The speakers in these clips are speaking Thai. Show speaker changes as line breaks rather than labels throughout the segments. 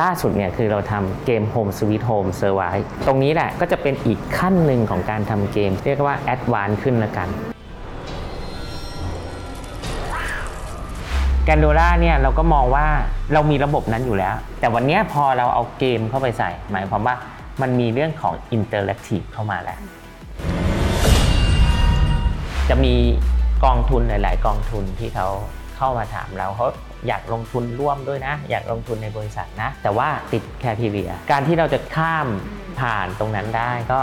ล่าสุดเนี่ยคือเราทำเกม Home Sweet Home Service ตรงนี้แหละก็จะเป็นอีกขั้นหนึ่งของการทำเกม เรียกว่า Advanced ขึ้นละกัน แกนโดล่าเนี่ยเราก็มองว่าเรามีระบบนั้นอยู่แล้ว แต่วันเนี้ยพอเราเอาเกมเข้าไปใส่ หมายความว่ามันมีเรื่องของอินเตอร์แอคทีฟเข้ามาแล้ว จะมีกองทุนหลาย ๆ กองทุนที่เขาเข้ามาถามเราเขาอยากลงทุนร่วมด้วยนะ อยากลงทุนในบริษัทนะ แต่ว่าติดแคทีเรีย การที่เราจะข้ามผ่านตรงนั้นได้ก็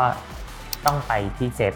ต้องไปที่เซต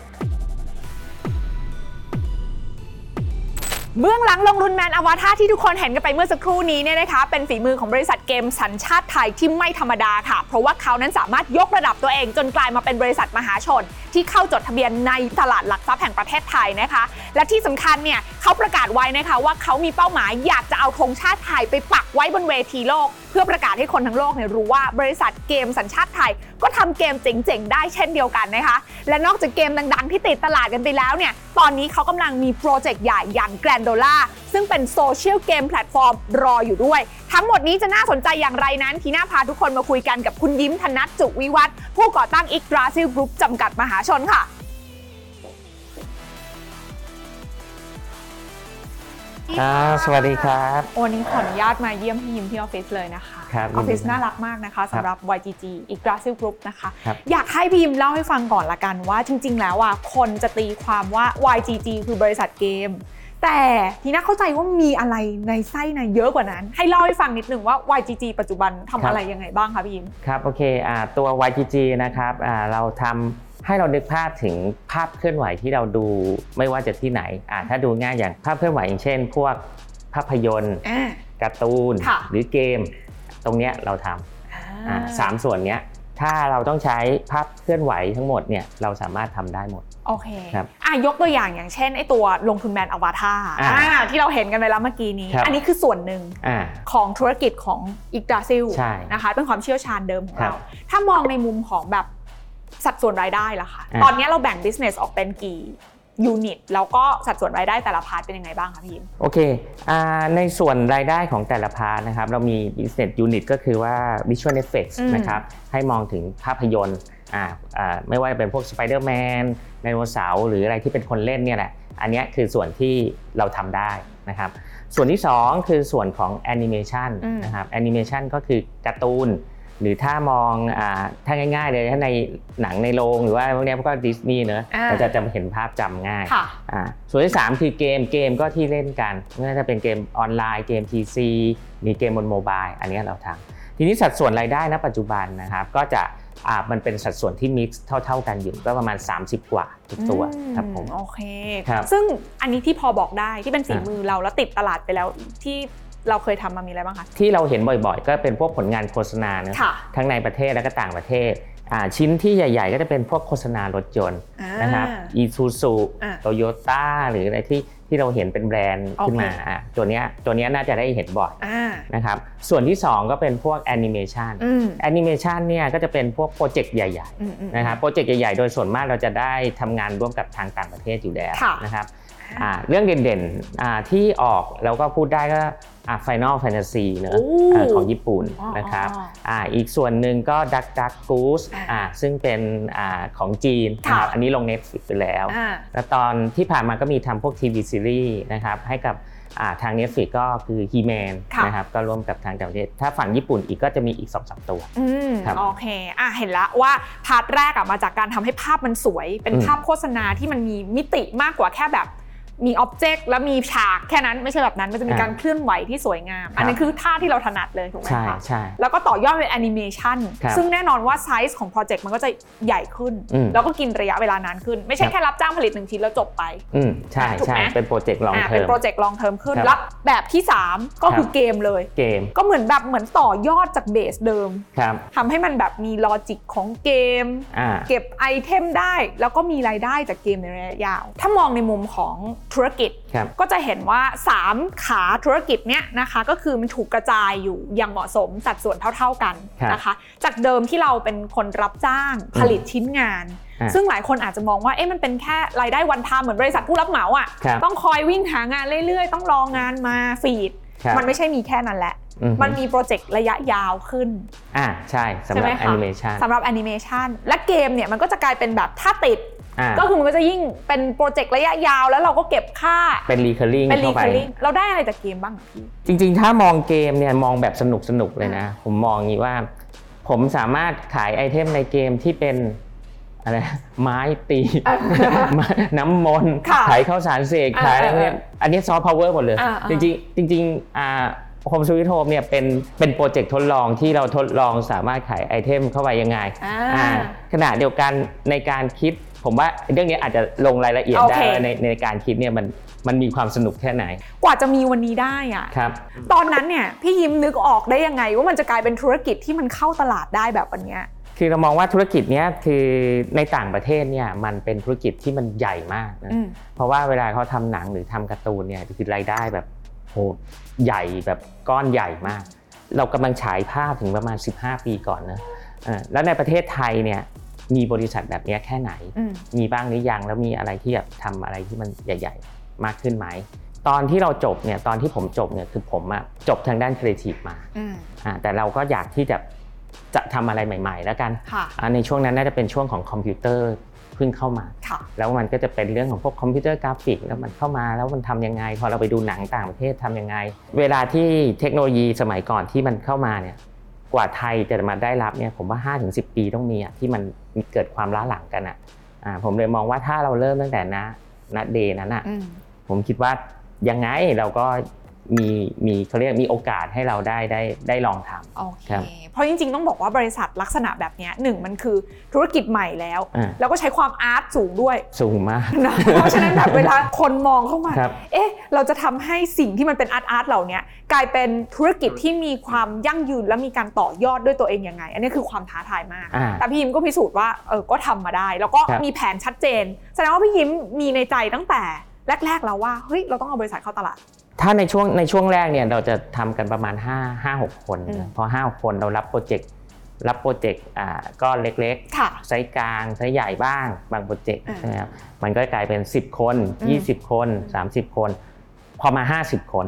เบื้องหลังลงทุนแมนอวตารที่ทุกคนเห็นกันไปเมื่อสักครู่นี้เนี่ยนะคะ เป็นฝีมือของบริษัทเกมสัญชาติไทยที่ไม่ธรรมดาค่ะ เพราะว่าเขานั้นสามารถยกระดับตัวเองจนกลายมาเป็นบริษัทมหาชน ที่เข้าจดทะเบียนในตลาดหลักทรัพย์แห่งประเทศไทยนะคะ และที่สำคัญเนี่ยเขาประกาศไว้นะคะว่าเขามีเป้าหมายอยากจะเอาธงชาติไทยไปปักไว้บนเวทีโลก เพื่อประกาศให้คนทั้งโลกเนี่ยรู้ว่าบริษัทเกมสัญชาติไทย ก็ทำเกมเจ๋งๆได้เช่นเดียวกันนะคะ และนอกจากเกมดังๆ ที่ติดตลาดกันไปแล้วเนี่ย ตอนนี้เขากำลังมีโปรเจกต์ใหญ่อย่าง Grandola ซึ่งเป็นโซเชียลเกมแพลตฟอร์มรออยู่ด้วย ทั้งหมดนี้จะน่าสนใจอย่างไรนั้น ทีน่าพาทุกคนมาคุยกันกับคุณยิ้มธนัทจุวิวัฒน์ผู้ก่อตั้งอิกดราซิลกรุ๊ปจำกัดมหาชนค่ะ
ครับสวัสดีครับ
วันนี้ขออนุญาตมาเยี่ยมพี่ยิมที่ออฟฟิศเลยนะคะ
ครับ
ออฟฟิศ
ยินดีครับ
น่ารักมากนะคะสำหรับ YGG อีกราซิลกรุ๊ปนะคะ
ครับ
อยากให้พี่ยิมเล่าให้ฟังก่อนละกันว่าจริง ๆ แล้วอ่ะคนจะตีความว่า YGG คือบริษัทเกม แต่ทีน่าเข้าใจว่ามีอะไรในไส้ในเยอะกว่านั้น ให้เล่าให้ฟังนิดนึงว่า YGG ปัจจุบันทำอะไรยังไงบ้างคะพี่ยิม
ครับโอเคอ่าตัว YGG นะครับอ่าเราทำให้เรานึกภาพถึงภาพเคลื่อนไหวที่เราดูไม่ว่าจะที่ไหนอ่าถ้าดูง่ายอย่างภาพเคลื่อนไหวอย่างเช่น พวกภาพยนตร์ การ์ตูน
ค่ะ
หรือเกม ตรงเนี้ยเราทำอ่าสามส่วนเนี้ยถ้าเราต้องใช้ภาพเคลื่อนไหวทั้งหมดเนี่ยเราสามารถทำได้หมด
โอเค
ครับ
อ่ะยกตัวอย่างอย่างเช่นไอตัวลงทุนแมนอวตาร
อ่า
ที่เราเห็นกันไปแล้วเมื่อกี้นี้
ครับ
อันนี้คือส่วนหนึ่ง
อ่า
ของธุรกิจของอิกดาซิล
ใช่
นะคะเป็นความเชี่ยวชาญเดิมของ
ครับ
เรา ถ้ามองในมุมของแบบสัดส่วนรายได้ล่ะคะ
อ่า
ตอนนี้เราแบ่ง business ออกเป็นกี่ยูนิตแล้วก็สัดส่วนรายได้แต่ละพาร์ทเป็นยังไงบ้างคะพี่ยิม
โอเคอ่าในส่วนรายได้ของแต่ละพาร์ทนะครับ เรามี business unit ก็คือว่า visual effects
อืม
นะครับ ให้มองถึงภาพยนตร์อ่าอ่าไม่ว่าจะเป็นพวก Spider-Man ไดโนเสาร์หรืออะไรที่เป็นคนเล่นเนี่ยแหละ อันเนี้ยคือส่วนที่เราทำได้นะครับ ส่วนที่ 2 คือส่วนของ animation
อืม
นะครับ animation ก็คือการ์ตูน หรือถ้ามองอาถ้าง่ายๆเลยถ้าในหนังในโรงหรือว่าพวกเนี้ยก็ดิสนีย์เนอะเราจะจะเห็นภาพจำง่าย
ค่ะ
อ่าส่วนที่ 3 คือเกมเกมก็ที่เล่นกันไม่ว่าจะเป็นเกมออนไลน์เกม PC มีเกมบนโมบายอันนี้เราทำทีนี้สัดส่วนรายได้ณปัจจุบันนะครับ ก็จะอ่ามันเป็นสัดส่วนที่มิกซ์เท่า ๆกันอยู่ก็ประมาณ 30 กว่าทุกตัว
อื
ครับผม
โอเค
ครับ
ซึ่งอันนี้ที่พอบอกได้ที่เป็นฝี
อ่ามื
มือเราแล้วติดตลาดไปแล้วที่เราเคยทำมามีอะไรบ้างคะ
ที่เราเห็นบ่อยๆ ก็เป็นพวกผลงานโฆษณาเนอะ
ค่ะ
ทั้งในประเทศและก็ต่างประเทศอ่าชิ้นที่ใหญ่ๆ ก็จะเป็นพวกโฆษณารถยนต์นะครับ
อ่า
อีซูซู
อ่า
โตโยต้าหรืออะไรที่ที่เราเห็นเป็นแบรนด์ขึ้นมา
โอเค
อ่ะตัวเนี้ยตัวเนี้ยน่าจะได้เห็นบ่อย
อ่า
นะครับ ส่วนที่ 2 ก็เป็นพวกแอนิเมชัน
อืม
แอนิเมชันเนี่ยก็จะเป็นพวกโปรเจกต์ใหญ่
อืมอืม
ๆนะครับโปรเจกต์ใหญ่ๆ โดยส่วนมากเราจะได้ทำงานร่วมกับทางต่างประเทศอยู่แล้ว
ค่ะ
นะครับอ่าเรื่องเด่นๆอ่าที่ออกเราก็พูดได้ก็อ่า Final Fantasy เนอะ
โอ้
อ่าของญี่ปุ่น
อ๋อ
นะครับ
อ๋อ
อ่าอีกส่วนหนึ่งก็ Duck Duck Goose
อ่า
อ่าซึ่งเป็นอ่าของจีนนะ
ค่ะ
ครับอันนี้ลง Netflix ไปแล้ว
อ่า
แล้วตอนที่ผ่านมาก็มีทำพวกทีวีซีรีส์นะครับให้กับอ่าทาง Netflix ก็คือฮีแมน
ค่ะ
นะครับก็ร่วมกับทางต่างประเทศถ้าฝั่งญี่ปุ่นอีกก็จะมีอีก2อสตัว
อืม
ครับ
โอเคอ่ะเห็นละว่าพาร์ทแรกอะมาจากการทำให้ภาพมันสวย เป็น
อืม
ภาพโฆษณาที่มันมีมิติมากกว่าแค่แบบมีอ็อบเจกต์แล้วมีฉากแค่นั้นไม่ใช่แบบนั้นมันจะมี
อ่า
การเคลื่อนไหวที่สวยงาม
ครับ
อันนั้นคือท่าที่เราถนัดเลยถูกไหม
ใช่
คะ
ใช่
แล้วก็ต่อยอดเป็นแอนิเมชัน
ครับ
ซึ่งแน่นอนว่าไซส์ของโปรเจกต์มันก็จะใหญ่ขึ้น
อืม
แล้วก็กินระยะเวลานานขึ้น ไม่ใช่
ครับ
แค่รับจ้างผลิตหนึ่งชิ้นแล้วจบไป
อืมใช่
ถูกไหม
ใช่เป็นโปรเจกต์ลอง
อ่า
เท
เป็
อน ม
โปรเจกต์ลองเทอมขึ้น
ครับ
รับแบบที่สามก็คือเกมเลย
เกม
ก็เหมือนแบบเหมือนต่อยอดจากเบสเดิม
ครับ
ทำให้มันแบบมีลอจิกของเกม
อ่า
เก็บไอเทมได้ แล้วก็มีรายได้จากเกมในระยะยาว ถ้ามองในมุมของธุรกิจ
ครับ
ก็จะเห็นว่า 3 ขาธุรกิจเนี้ยนะคะ ก็คือมันถูกกระจายอยู่อย่างเหมาะสมสัดส่วนเท่าๆกัน
ครับ
นะคะ จากเดิมที่เราเป็นคนรับจ้างผลิตชิ้นงาน
อ่า
ซึ่งหลายคนอาจจะมองว่าเอ๊ะมันเป็นแค่รายได้วันทามเหมือนบริษัทผู้รับเหมา
ครั
อะ่ะ
บ
ต้องคอยวิ่งหางานเรื่อยๆ ต้องรองานมาฟีด
ครับ
มันไม่ใช่มีแค่นั้นแหละ
อือฮึ
มันมีโปรเจกต์ระยะยาวขึ้น
อ่าใช่สำห
ใช่
รับ
ไหม
แอ
คะ
นิเมชัน
สำหรับแอนิเมชันและเกมเนี่ยมันก็จะกลายเป็นแบบถ้าติด
อ่า
ก็คือมันก็จะยิ่งเป็นโปรเจกต์ระยะยาวแล้วเราก็เก็บค่า
เป็น recurring
เป็นรี
เข้าไป
เคอร์ลิงเราได้อะไรจากเกมบ้างอะพี่
จริงๆ ถ้ามองเกมเนี่ยมองแบบสนุกๆ เลยนะ ผมมองอย่างนี้ว่า ผมสามารถขายไอเทมในเกมที่เป็นอะไร นะไม้ตี
อ่ะ
ไม้ น้ำมนต์
ค่ะ
ขายข้าวสารเสก
อ่า
ขายอะไรพวก
อ่า
เนี้ยอันนี้ซอฟต์พาวเวอร์หมดเลย
อ่าอ่า
จริงๆจริงๆอ่าโฮมสวิตโฮมเนี่ยเป็นเป็นโปรเจกต์ทดลองที่เราทดลองสามารถขายไอเทมเข้าไปยังไง
อ่า
อ่าขณะเดียวกันในการคิด ผมว่าเรื่องนี้อาจจะลงรายละเอียด
โอ
ได้
เค
ว่าในในการคิดเนี่ยมันมันมีความสนุกแค่ไหน
กว่าจะมีวันนี้ได้อะ
ครับ
ตอนนั้นเนี่ยพี่ยิ้มนึกออกได้ยังไง ว่ามันจะกลายเป็นธุรกิจที่มันเข้าตลาดได้แบบวันเนี้ย
คือเรามองว่าธุรกิจเนี้ยคือในต่างประเทศเนี่ยมันเป็นธุรกิจที่มันใหญ่มากนะ
อืม
เพราะว่าเวลาเขาทำหนังหรือทำการ์ตูนเนี่ยคือรายได้แบบโหใหญ่แบบก้อนใหญ่มาก เรากำลังฉายภาพถึงประมาณ 15 ปีก่อนนะเออแล้วในประเทศไทยเนี่ยมีบริษัทแบบเนี้ยแค่ไหน
อืม
มีบ้างหรือยังแล้วมีอะไรที่แบบทำอะไรที่มันใหญ่ ๆ มากขึ้นไหมตอนที่เราจบเนี่ยตอนที่ผมจบเนี่ยคือผมอะจบทางด้านครีเอทีฟมา
อืม
อ่าแต่เราก็อยากที่จะจะทำอะไรใหม่ ๆ แล้วกัน
ค่ะ
อ่าในช่วงนั้นน่าจะเป็นช่วงของคอมพิวเตอร์เพิ่งเข้ามา
ค่ะ
แล้วมันก็จะเป็นเรื่องของพวกคอมพิวเตอร์กราฟิกแล้วมันเข้ามาแล้วมันทำยังไง พอเราไปดูหนังต่างประเทศทำยังไง เวลาที่เทคโนโลยีสมัยก่อนที่มันเข้ามาเนี่ยกว่าไทยจะมาได้รับเนี่ยผมว่า 5-10 ปีต้องมีอะที่มันมีเกิดความล้าหลังกันอะอ่ะผมเลยมองว่าถ้าเราเริ่มตั้งแต่นะณเดย์นั้นอะ
อืม
ผมคิดว่ายังไงเราก็มีมีเขาเรียกมีโอกาสให้เราได้ได้ได้ลองทำ
โอเค
ครับ
เพราะจริงๆ ต้องบอกว่าบริษัทลักษณะแบบเนี้ยหนึ่งมันคือธุรกิจใหม่แล้ว
อ่า
แล้วก็ใช้ความอาร์ตสูงด้วย
สูงมาก
นะ เพราะฉะนั้นแบบเวลาคนมองเข้ามา
ครับ
เอ๊ะ เราจะทำให้สิ่งที่มันเป็นอาร์ตอาร์ตเหล่าเนี้ยกลายเป็นธุรกิจที่มีความยั่งยืนและมีการต่อยอดด้วยตัวเองยังไง อันนี้คือความท้าทายมาก
อ่า
แต่พี่ยิ้มก็พิสูจน์ว่าเออก็ทำมาได้ แล้วก็
ครับ
มีแผนชัดเจน แสดงว่าพี่ยิ้มมีในใจตั้งแต่แรก ๆ แล้วว่าเฮ้ยเราต้องเอาบริษัทเข้าตลาด
ถ้าในช่วงในช่วงแรกเนี่ยเราจะทำกันประมาณ5 5 6 คน
อืม
นะพอ5 6คนเรารับโปรเจกต์รับโปรเจกต์อ่าก็เล็ก
ค่ะ
ๆไซส์กลางไซส์ใหญ่บ้าง บางโปรเจกต์
อ่า
ใช่ไหมครับมันก็กลายเป็น 10 คน
อืม
20 คน 30 คน พอมา 50 คน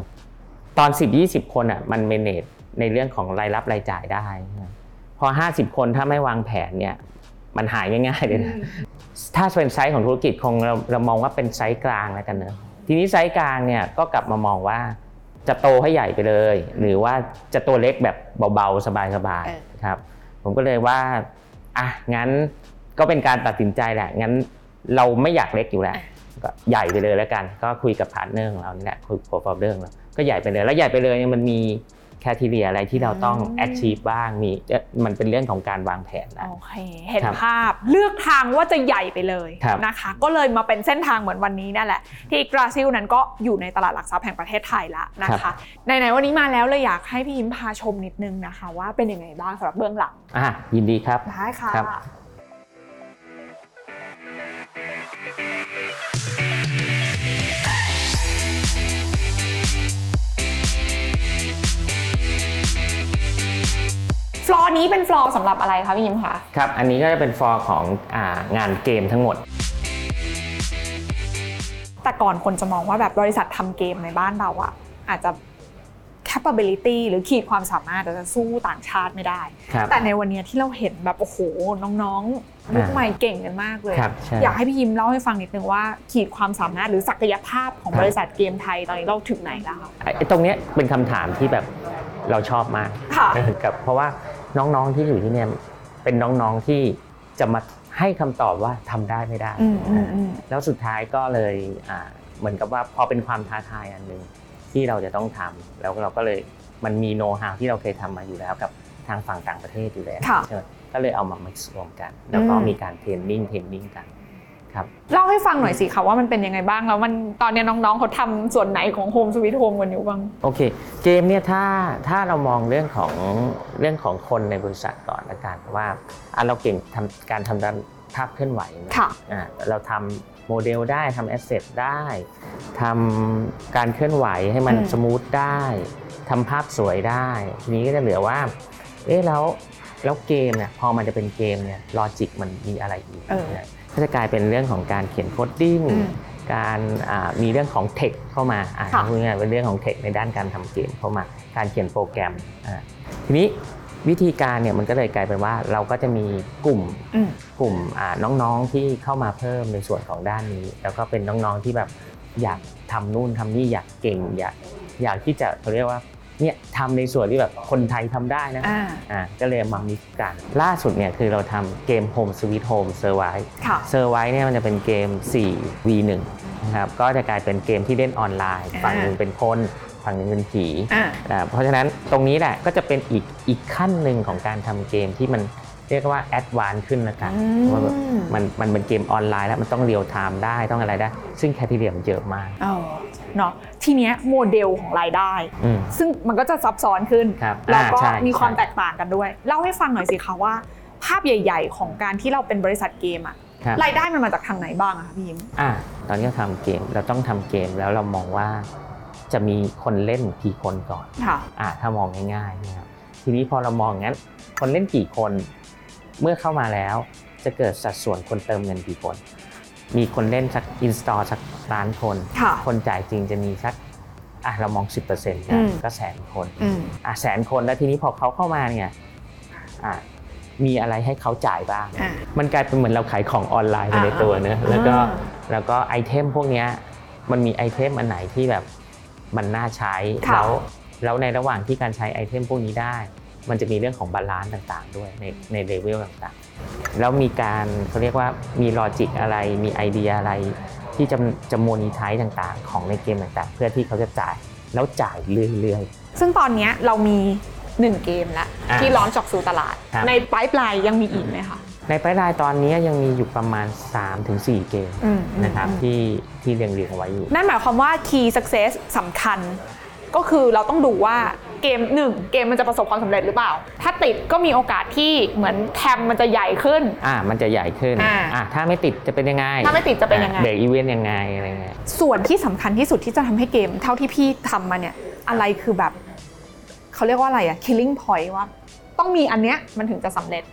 ตอน 10 20 คนอ่ะมันเมเนจในเรื่องของรายรับรายจ่ายได้นะพอ 50 คนถ้าไม่วางแผนเนี่ยมันหายง่ายๆเลยนะ ถ้าเป็นไซส์ของธุรกิจคงเราเรามองว่าเป็นไซส์กลางแล้วกันเนอะทีนี้ไซส์กลางเนี่ยก็กลับมามองว่าจะโตให้ใหญ่ไปเลย หรือว่าจะตัวเล็กแบบเบาๆ สบาย
เออ
ๆครับ ผมก็เลยว่าอ่ะงั้นก็เป็นการตัดสินใจแหละงั้นเราไม่อยากเล็กอยู่แล้วก็ใหญ่ไปเลยแล้วกัน ก็คุยกับพาร์ทเนอร์ของเรานี่แหละคุยกับโปรเดอร์ของเราก็ใหญ่ไปเลยแล้วใหญ่ไปเลยเนี่ยมันมีแคทีเรียอะไรที่เราต้อง achieve บ้างมีเอ่อมันเป็นเรื่องของการวางแผนนะ
โอเค เห็น
ครับ
ภาพเลือกทางว่าจะใหญ่ไปเลย
ครับ
นะคะ ก็เลยมาเป็นเส้นทางเหมือนวันนี้นั่นแหละ ที่กราซิลนั้นก็อยู่ในตลาดหลักทรัพย์แห่งประเทศไทยละนะ
ครั
คะ
บ
ไหนๆวันนี้มาแล้วเลยอยากให้พี่ยิ้มพาชมนิดนึงนะคะ ว่าเป็นยังไงบ้างสำหรับเบื้องหลัง
อ่ะยินดีครับ
ได้ค่ะ
ครับ
ฟลอร์นี้เป็นฟลอร์สำหรับอะไรคะพี่ยิ้มคะ
ครับ อันนี้ก็จะเป็นฟอร์ของอางานเกมทั้งหมด
แต่ก่อนคนจะมองว่าแบบบริษัททำเกมในบ้านเราอะอาจจะ capability หรือขีดความสามารถอาจจะสู้ต่างชาติไม่ได้
ครับ
แต่ในวันเนี้ยที่เราเห็นแบบโอ้โหน้องๆยุคใหม่เก่งกันมากเลย
ครับใช่
อยากให้พี่ยิมเล่าให้ฟังนิดนึงว่า ขีดความสามารถหรือศักยภาพของ
ครับ
บริษัทเกมไทยตอนนี้เราถึงไหนแล้วคะ
ไอ้ไอ้ตรงเนี้ยเป็นคำถามที่แบบเราชอบมาก
ค่ะ
กับเพราะว่าน้องๆที่อยู่ที่เนี่ยเป็นน้องๆที่จะมาให้คำตอบว่าทำได้ไม่ได้
อืมอืม
อ่า
อืม
แล้วสุดท้ายก็เลยอ่าเหมือนกับว่าพอเป็นความท้าทายอันหนึ่งที่เราจะต้องทำแล้วเราก็เลยมันมีโน้ตฮาวที่เราเคยทำมาอยู่แล้วกับทางฝั่งต่างประเทศอยู่แล้ว
ค่ะ
ใช่ไหมก็เลยเอามา mix รวมกัน แล้วก็
อืม
มีการเทรนนิ่งเทรนนิ่งกันครับ
เล่าให้ฟังหน่อยสิคะว่ามันเป็นยังไงบ้างแล้วมันตอนเนี้ยน้องๆเขาทำส่วนไหนของโฮมสวิตโฮมกันอยู่บ้าง
โอเค เกมเนี่ยถ้าถ้าเรามองเรื่องของเรื่องของคนในบริษัทก่อนละกันว่าอ่ะเราเก่งทำการทำด้านภาพเคลื่อนไหวนะ
ค่ะ
อ่ะเราทำโมเดลได้ทำแอสเซทได้ทำการเคลื่อนไหวให้มัน
อืม
สมูทได้ทำภาพสวยได้ ทีนี้ก็จะเหลือว่า เอ๊ะแล้วแล้วเกมเนี่ยพอมันจะเป็นเกมเนี่ยลอจิกมันมีอะไรอีก
เออ
เนี่ยก็จะกลายเป็นเรื่องของการเขียนโคดดิ้ง
อืม
การอ่ามีเรื่องของเทคเข้ามาอ่า
ค่ะ
พูดง่ายๆเป็นเรื่องของเทคในด้านการทำเกมเข้ามา การเขียนโปรแกรมอ่าทีนี้วิธีการเนี่ยมันก็เลยกลายเป็นว่าเราก็จะมีกลุ่ม
อืม
กลุ่มอ่าน้องๆที่เข้ามาเพิ่มในส่วนของด้านนี้ แล้วก็เป็นน้องๆที่แบบอยากทำนู่นทำนี่อยากเก่ง อยากอยากที่จะเขาเรียกว่าเนี่ยทำในส่วนที่แบบคนไทยทำได้นะ
อ่า
อ่าก็เลยมามิกกัน ล่าสุดเนี่ยคือเราทำเกม Home Sweet Home Survive
ค่ะ
เซอร์ไว้เนี่ยมันจะเป็นเกม 4 v 1นะครับก็จะกลายเป็นเกมที่เล่นออนไลน์
อ่า
ฝั่งหนึ่งเป็นคนฝั่งหนึ่งเป็นผี
อ่า
อ่าเพราะฉะนั้นตรงนี้แหละก็จะเป็นอีกอีกขั้นหนึ่งของการทำเกมที่มันเรียกว่าแอดวานซ์ขึ้นละกัน
อืม
เพราะว่าแบบมันมันเป็นเกมออนไลน์แล้วมันต้องเรียลไทม์ได้ต้องอะไรได้ ซึ่งแคทีเรียมันเยอะมาก
เออเนาะทีเนี้ยโมเดลของรายได้
อืม
ซึ่งมันก็จะซับซ้อนขึ้น
ครับ
แล้วก็
อ่าใช่
มีความ
ใช่
แตกต่างกันด้วย เล่าให้ฟังหน่อยสิคะว่า ภาพใหญ่ ๆ ของการที่เราเป็นบริษัทเกมอะ
ครับ
รายได้มันมาจากทางไหนบ้างอะคะพี่ยิม
อ่ะตอนนี้เราทำเกมเราต้องทำเกมแล้วเรามองว่าจะมีคนเล่นกี่คนก่อน
ค่ะ
อ่ะถ้ามองง่ายๆนะครับทีนี้พอเรามองงั้น คนเล่นกี่คนเมื่อเข้ามาแล้วจะเกิดสัดส่วนคนเติมเงินกี่คน มีคนเล่นสักอินสตอลสักล้านคน
ค่ะ
คนจ่ายจริงจะมีสักอ่ะเรามอง 10%
อื
นะ
ม
ก็แสนคน
อืม
อ่ะแสนคนแล้วทีนี้พอเขาเข้ามาเนี่ยอ่ะมีอะไรให้เขาจ่ายบ้าง
อ่า
มันกลายเป็นเหมือนเราขายของออนไลน์ไป
อ่า
ในตัวเนอะแล้วก็
อ่า
แล้วก็ไอเทมพวกเนี้ยมันมีไอเทมอันไหนที่แบบมันน่าใช้ แล้วแล้วในระหว่างที่การใช้ไอเทมพวกนี้ได้ มันจะมีเรื่องของบาลานซ์ต่างๆ ด้วยในในเลเวลต่างๆ แล้วมีการเขาเรียกว่ามีลอจิกอะไรมีไอเดียอะไร ที่จะจะโมนิทายต่างๆ ของในเกมต่างๆ เพื่อที่เขาจะจ่ายแล้วจ่ายเรื่อย
ซึ่งตอนเนี้ยเรามี 1 เกมแล้ว
อ่า
ที่ร้อนจากสู่ตลาด
ครับ
ในปลายปลายยังมีอีกไหมคะ
ๆ ในไปลายตอนนี้ยังมีอยู่ประมาณ 3-4 เกม
อืมอืม
นะครับที่ที่เรียงเรียงๆไว้อยู่
นั่นหมายความว่า key success สำคัญ ก็คือเราต้องดูว่าเกมหนึ่งเกมมันจะประสบความสำเร็จหรือเปล่า ถ้าติดก็มีโอกาสที่เหมือนแทมมันจะใหญ่ขึ้น
อ่ามันจะใหญ่ขึ้น
อ่า
ะถ้าไม่ติดจะเป็นยังไง
ถ้าไม่ติดจะเป็นยังไง
เบรกอีเวนต์ยังไงอะไรเงี้ย
ส่วนที่สำคัญที่สุดที่จะทำให้เกมเท่าที่พี่ทำมาเนี่ย อะไรคือแบบ เขาเรียกว่าอะไรอะ killing point ว่า ต้องมีอันเนี้ยมันถึงจะสำเร็จ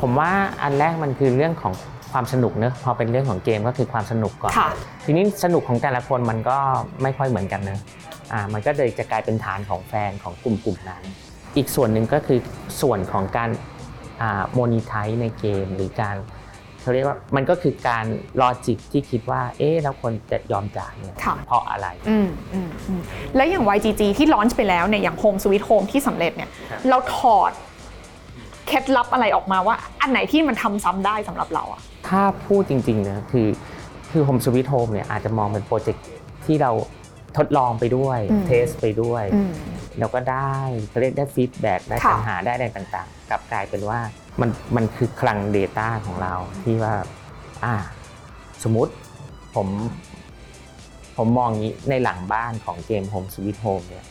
ผมว่าอันแรกมันคือเรื่องของความสนุกเนอะพอเป็นเรื่องของเกมก็คือความสนุกก่อน
ค่ะ
ทีนี้สนุกของแต่ละคนมันก็ไม่ค่อยเหมือนกันเนอะอ่ามันก็เลยจะกลายเป็นฐานของแฟนของกลุ่มกลุ่มนั้น อีกส่วนหนึ่งก็คือส่วนของการอ่าโมนิไทในเกมหรือการเขาเรียกว่ามันก็คือการลอจิกที่คิดว่าเอ๊ะแล้วคนจะยอมจ่ายเนี่ย
ค่ะ
เพราะอะไร
อืมอืมอืมแล้วอย่าง YGG ที่ลอนช์ไปแล้วเนี่ยอย่าง Home Sweet Home ที่สำเร็จเนี่ย
ครับ
เราถอดเคล็ดลับอะไรออกมาว่า อันไหนที่มันทำซ้ำได้สำหรับเราอะ
ถ้าพูดจริงๆนะคือคือ Home Sweet Home เนี่ยอาจจะมองเป็นโปรเจกต์ที่เราทดลองไปด้วย เทสไปด้วย
อืม
แล้วก็ได้เขาเรียกได้ฟีดแบ็กได้
ค่ะ
ปัญหาได้อะไรต่างๆ กลับกลายเป็นว่ามันมันคือคลัง Data ของเราที่ว่าอ่า สมมติผม ผมมองอย่างนี้ในหลังบ้านของเกม Home Sweet Home เนี่ย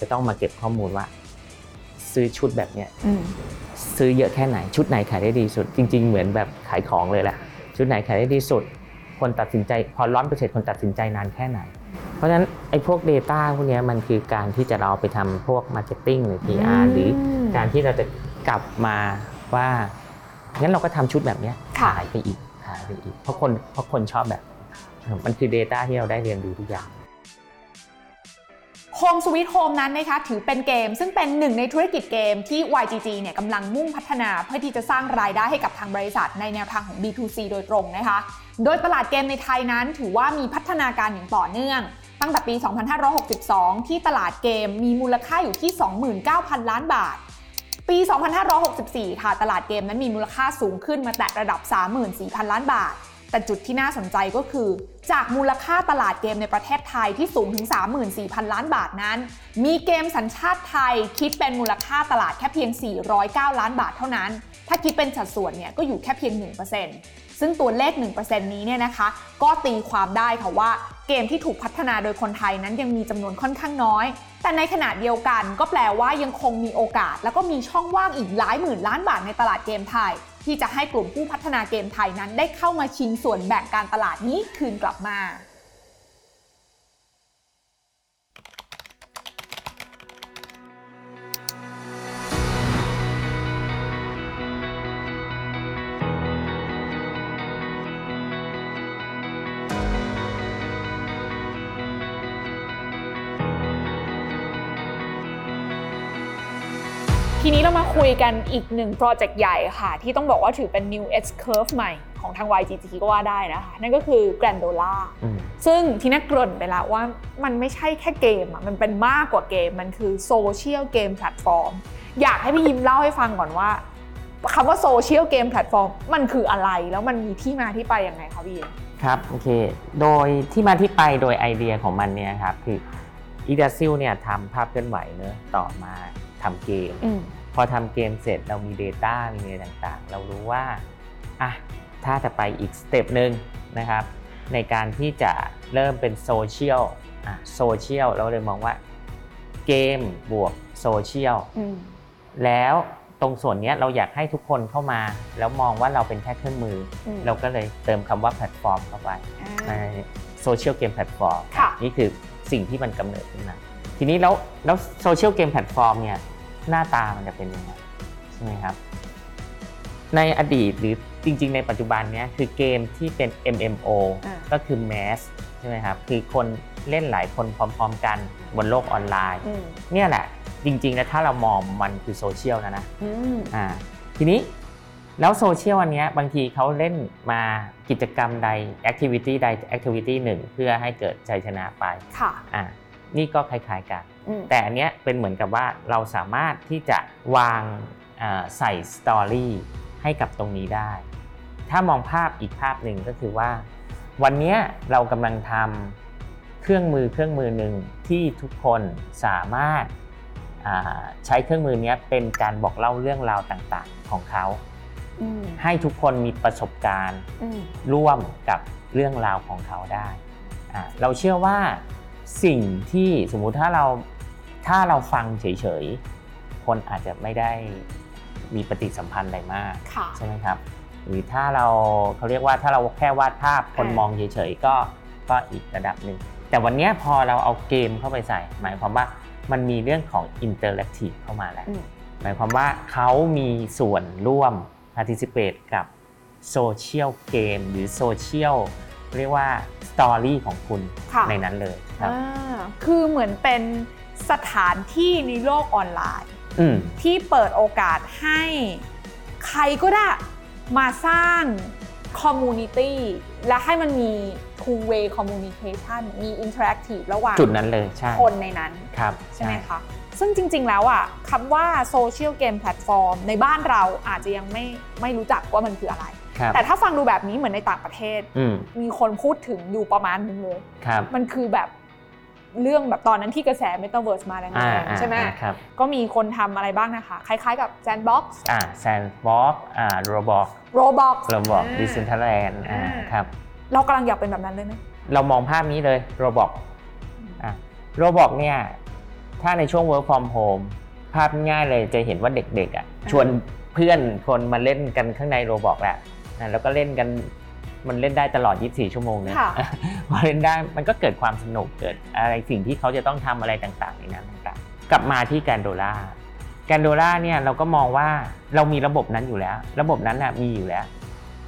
จะต้องมาเก็บข้อมูลว่า ซื้อชุดแบบเนี้ย
อืม
ซื้อเยอะแค่ไหนชุดไหนขายได้ดีสุด จริง ๆ เหมือนแบบขายของเลยแหละชุดไหนขายได้ดีสุด คนตัดสินใจพอร้อนไปเสร็จคนตัดสินใจนานแค่ไหน เพราะฉะนั้นไอ้พวก Data พวกเนี้ยมันคือการที่จะเราเอาไปทำพวก Marketing หรือ PR
อืม
หรือการที่เราจะกลับมาว่างั้นเราก็ทำชุดแบบเนี้ย
ค่ะ
ขายไปอีกขายไปอีก เพราะคนเพราะคนชอบแบบนั้นมันคือ Data ที่เราได้เรียนรู้ทุกอย่าง
Home Sweet Home นั้นนะคะถือเป็นเกม ซึ่งเป็นหนึ่งในธุรกิจเกมที่ YGG เนี่ยกำลังมุ่งพัฒนาเพื่อที่จะสร้างรายได้ให้กับทางบริษัทในแนวทางของ B2C โดยตรงนะคะ โดยตลาดเกมในไทยนั้นถือว่ามีพัฒนาการอย่างต่อเนื่อง ตั้งแต่ปี 2562 ที่ตลาดเกมมีมูลค่าอยู่ที่ 29,000 ล้านบาท ปี 2564 ค่ะ ตลาดเกมนั้นมีมูลค่าสูงขึ้นมาแตะระดับ 34,000 ล้านบาท แต่จุดที่น่าสนใจก็คือ จากมูลค่าตลาดเกมในประเทศไทยที่สูงถึง 34,000 ล้านบาทนั้น มีเกมสัญชาติไทยคิดเป็นมูลค่าตลาดแค่เพียง 409 ล้านบาทเท่านั้น ถ้าคิดเป็นสัดส่วนเนี่ยก็อยู่แค่เพียง 1%ซึ่งตัวเลข 1%นี้เนี่ยนะคะ ก็ตีความได้ค่ะว่าเกมที่ถูกพัฒนาโดยคนไทยนั้นยังมีจำนวนค่อนข้างน้อย แต่ในขณะเดียวกันก็แปลว่ายังคงมีโอกาส แล้วก็มีช่องว่างอีกหลายหมื่นล้านบาทในตลาดเกมไทย ที่จะให้กลุ่มผู้พัฒนาเกมไทยนั้นได้เข้ามาชิงส่วนแบ่งการตลาดนี้คืนกลับมา
「
ทีนี้เรามาคุยกันอีกหนึ่งโปรเจกต์ใหญ่ค่ะ ที่ต้องบอกว่าถือเป็น new S curve ใหม่ของทาง YGT ก็ว่าได้นะคะ นั่นก็คือ Grandola
อืม
ซึ่งทีน่าเกริ่นไปแล้วว่ามันไม่ใช่แค่เกมอะมันเป็นมากกว่าเกม มันคือโซเชียลเกมแพลตฟอร์ม อยากให้พี่ยิมเล่าให้ฟังก่อนว่าคำว่าโซเชียลเกมแพลตฟอร์มมันคืออะไรแล้วมันมีที่มาที่ไปยังไงคะพี่ยิม
ครับโอเค โดยที่มาที่ไปโดยไอเดียของมันเนี่ยครับคืออีดาซิลเนี่ยทำภาพเคลื่อนไหวเนอะต่อมาทำเกม พอทำเกมเสร็จเรามี Data มีอะไรต่างๆ เรารู้ว่าอ่ะถ้าจะไปอีกสเต็ปหนึ่งนะครับ ในการที่จะเริ่มเป็นโซเชียลอ่ะโซเชียลเราเลยมองว่าเกมบวกโซเชียล แล้วตรงส่วนเนี้ยเราอยากให้ทุกคนเข้ามา แล้วมองว่าเราเป็นแค่เครื่องมืออ
ม
เราก็เลยเติมคำว่าแพลตฟอร์มเข้าไปในโซเชียลเกมแพลตฟอร์ม
ค่ะ
นี่คือสิ่งที่มันกำเนิดขึ้นมา ทีนี้แล้วแล้วโซเชียลเกมแพลตฟอร์มเนี่ยหน้าตามันจะเป็นยังไงใช่ไหมครับ ในอดีตหรือจริง ๆ ในปัจจุบันเนี้ยคือเกมที่เป็น MMO
อ่า
ก็คือ Mass ใช่ไหมครับ คือคนเล่นหลายคนพร้อม ๆ กันบนโลกออนไลน์
อืม
เนี่ยแหละ จริง ๆ แล้วถ้าเรามองมันคือโซเชียลนะนะ
อืม
อ่าทีนี้แล้วโซเชียลอันเนี้ยบางทีเขาเล่นมากิจกรรมใดแอคทิวิตี้ใดแอคทิวิตี้หนึ่งเพื่อให้เกิดชัยชนะไป
ค่ะ
อ่านี่ก็คล้ายๆกัน
อืม
แต่อันเนี้ยเป็นเหมือนกับว่าเราสามารถที่จะวางอ่าใส่สตอรี่ให้กับตรงนี้ได้ ถ้ามองภาพอีกภาพหนึ่งก็คือว่า วันเนี้ยเรากำลังทำเครื่องมือเครื่องมือหนึ่งที่ทุกคนสามารถอ่าใช้เครื่องมือเนี้ยเป็นการบอกเล่าเรื่องราวต่างๆของเขา
อืม
ให้ทุกคนมีประสบการณ์
อืม
ร่วมกับเรื่องราวของเขาได้อ่ะเราเชื่อว่าสิ่งที่สมมุติถ้าเราถ้าเราฟังเฉยๆ คนอาจจะไม่ได้มีปฏิสัมพันธ์อะไรมาก
ค่ะ
ใช่ไหมครับ หรือถ้าเราเขาเรียกว่าถ้าเราแค่วาดภาพคน
อ่าม ม
องเฉยๆก็ก็อีกระดับหนึ่ง แต่วันเนี้ยพอเราเอาเกมเข้าไปใส่ หมายความว่ามันมีเรื่องของอินเตอร์แอคทีฟเข้ามาแล้ว
อืม
หมายความว่าเขามีส่วนร่วม participate กับโซเชียลเกมหรือโซเชียลเรียกว่าสตอรี่ของคุณ
ค่ะ
ในนั้นเลยครับ
อ่าคือเหมือนเป็นสถานที่ในโลกออนไลน์
อืม
ที่เปิดโอกาสให้ใครก็ได้มาสร้างคอมมูนิตี้และให้มันมี two way communication มี interactive ระหว่าง
จุดนั้นเลยใช่
คนในนั้น
ครับ
ใช่ไหมคะ ซึ่งจริง ๆ แล้วอ่ะคำว่าโซเชียลเกมแพลตฟอร์มในบ้านเราอาจจะยังไม่ไม่รู้จักว่ามันคืออะไร
ครับ
แต่ถ้าฟังดูแบบนี้เหมือนในต่างประเทศ
อืม
มีคนพูดถึงอยู่ประมาณนึงเลย
ครับ
มันคือแบบเรื่องแบบตอนนั้นที่กระแสเมตาเวิร์สมาแร
อ่าง อ่า
ๆใช่ไหม
อ่าครับ
ก็มีคนทำอะไรบ้างนะคะ คล้ายๆกับ Sandbox
อ่าแซนบ็อกอ่าโรบอก
Roblox
โรบอกดิส
อ่า
นทัลแลนด์อ่า
อ่า
ครับ
เรากำลังอยากเป็นแบบนั้นเลยไหม
เรามองภาพนี้เลยโรบอกโรบอกเนี่ย ถ้าในช่วง work from home ภาพง่ายเลยจะเห็นว่าเด็กๆอ่ะ
อ่า
ชวนเพื่อนคนมาเล่นกันข้างในโรบอกแหละอ่ะแล้วก็เล่นกันมันเล่นได้ตลอด 24 ชั่วโมงเนี่ย
ค่ะ
พอเล่นได้ มันก็เกิดความสนุกเกิดอะไรสิ่งที่เขาจะต้องทำอะไรต่างๆในนั้นต่างๆ กลับมาที่แกนโดล่าแกนโดล่าเนี่ยเราก็มองว่าเรามีระบบนั้นอยู่แล้ว ระบบนั้นน่ะมีอยู่แล้ว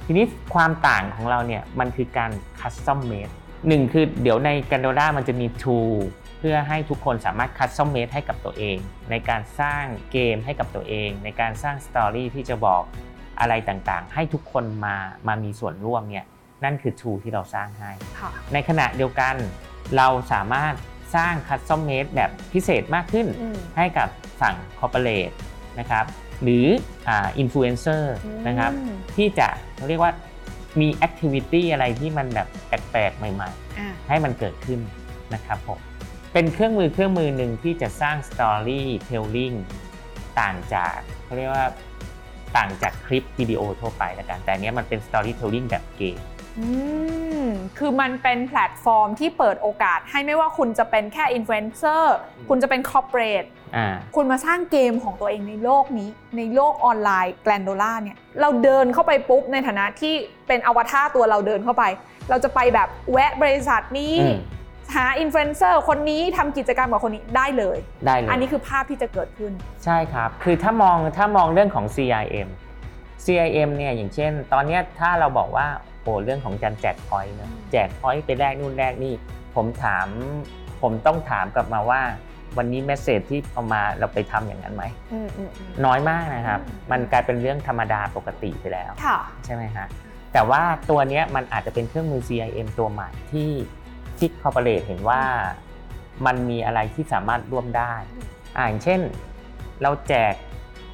ทีนี้ความต่างของเราเนี่ยมันคือการคัสตอมเมดหนึ่งคือเดี๋ยวในแกนโดล่ามันจะมี tool เพื่อให้ทุกคนสามารถคัสตอมเมดให้กับตัวเอง ในการสร้างเกมให้กับตัวเอง ในการสร้างสตอรี่ที่จะบอกอะไรต่างๆ ให้ทุกคนมามามีส่วนร่วมเนี่ยนั่นคือ tool ที่เราสร้างให้
ค่ะ
ในขณะเดียวกันเราสามารถสร้างคัสตอมเมดแบบพิเศษมากขึ้น
อืม
ให้กับฝั่งคอร์เปอเรทนะครับหรืออินฟลูเอนเซอร์
อืม
นะครับที่จะเรียกว่ามีแอคทิวิตี้อะไรที่มันแบบแปลกๆ ใหม่
อ่า
ๆ ให้มันเกิดขึ้นนะครับผมเป็นเครื่องมือเครื่องมือหนึ่งที่จะสร้างสตอรี่เทลลิงต่างจากเขาเรียกว่าต่างจากคลิปวิดีโอทั่วไปแล้วกันแต่อันเนี้ยมันเป็นสตอรี่เทลลิงแบบเกม
อืม คือมันเป็นแพลตฟอร์มที่เปิดโอกาสให้ไม่ว่าคุณจะเป็นแค่อินฟลูเอนเซอร์
อืม
คุณจะเป็นคอร์เปอเรท
อ่า
คุณมาสร้างเกมของตัวเองในโลกนี้ ในโลกออนไลน์แกลนโดล่าเนี่ย เราเดินเข้าไปปุ๊บ ในฐานะที่เป็นอวตารตัวเราเดินเข้าไป เราจะไปแบบแวะบริษัทนี้
อืม
หาอินฟลูเอนเซอร์คนนี้ทำกิจกรรมกับคนนี้ได้เลย
ได้เลย
อันนี้คือภาพที่จะเกิดขึ้น
ใช่ครับ คือถ้ามองถ้ามองเรื่องของ CIM CIM เนี่ยอย่างเช่น ตอนเนี้ยถ้าเราบอกว่าโอ้เรื่องของการแจกพอยต์เนอะแจกพอยต์ไปแลกนู่นแลกนี่ ผมถามผมต้องถามกลับมาว่า วันนี้เมสเซจที่เอามาเราไปทำอย่างนั้นไหม
อืมอืมอืม
น้อยมากนะครับ
อืม
มันกลายเป็นเรื่องธรรมดาปกติไปแล้ว
ค่ะ
ใช่ไหมฮะ แต่ว่าตัวเนี้ยมันอาจจะเป็นเครื่องมือ CIM ตัวใหม่ที่ซิกคอร์ปอเรทเห็นว่ามันมีอะไรที่สามารถร่วมได้
อืม
อ่าอย่างเช่นเราแจก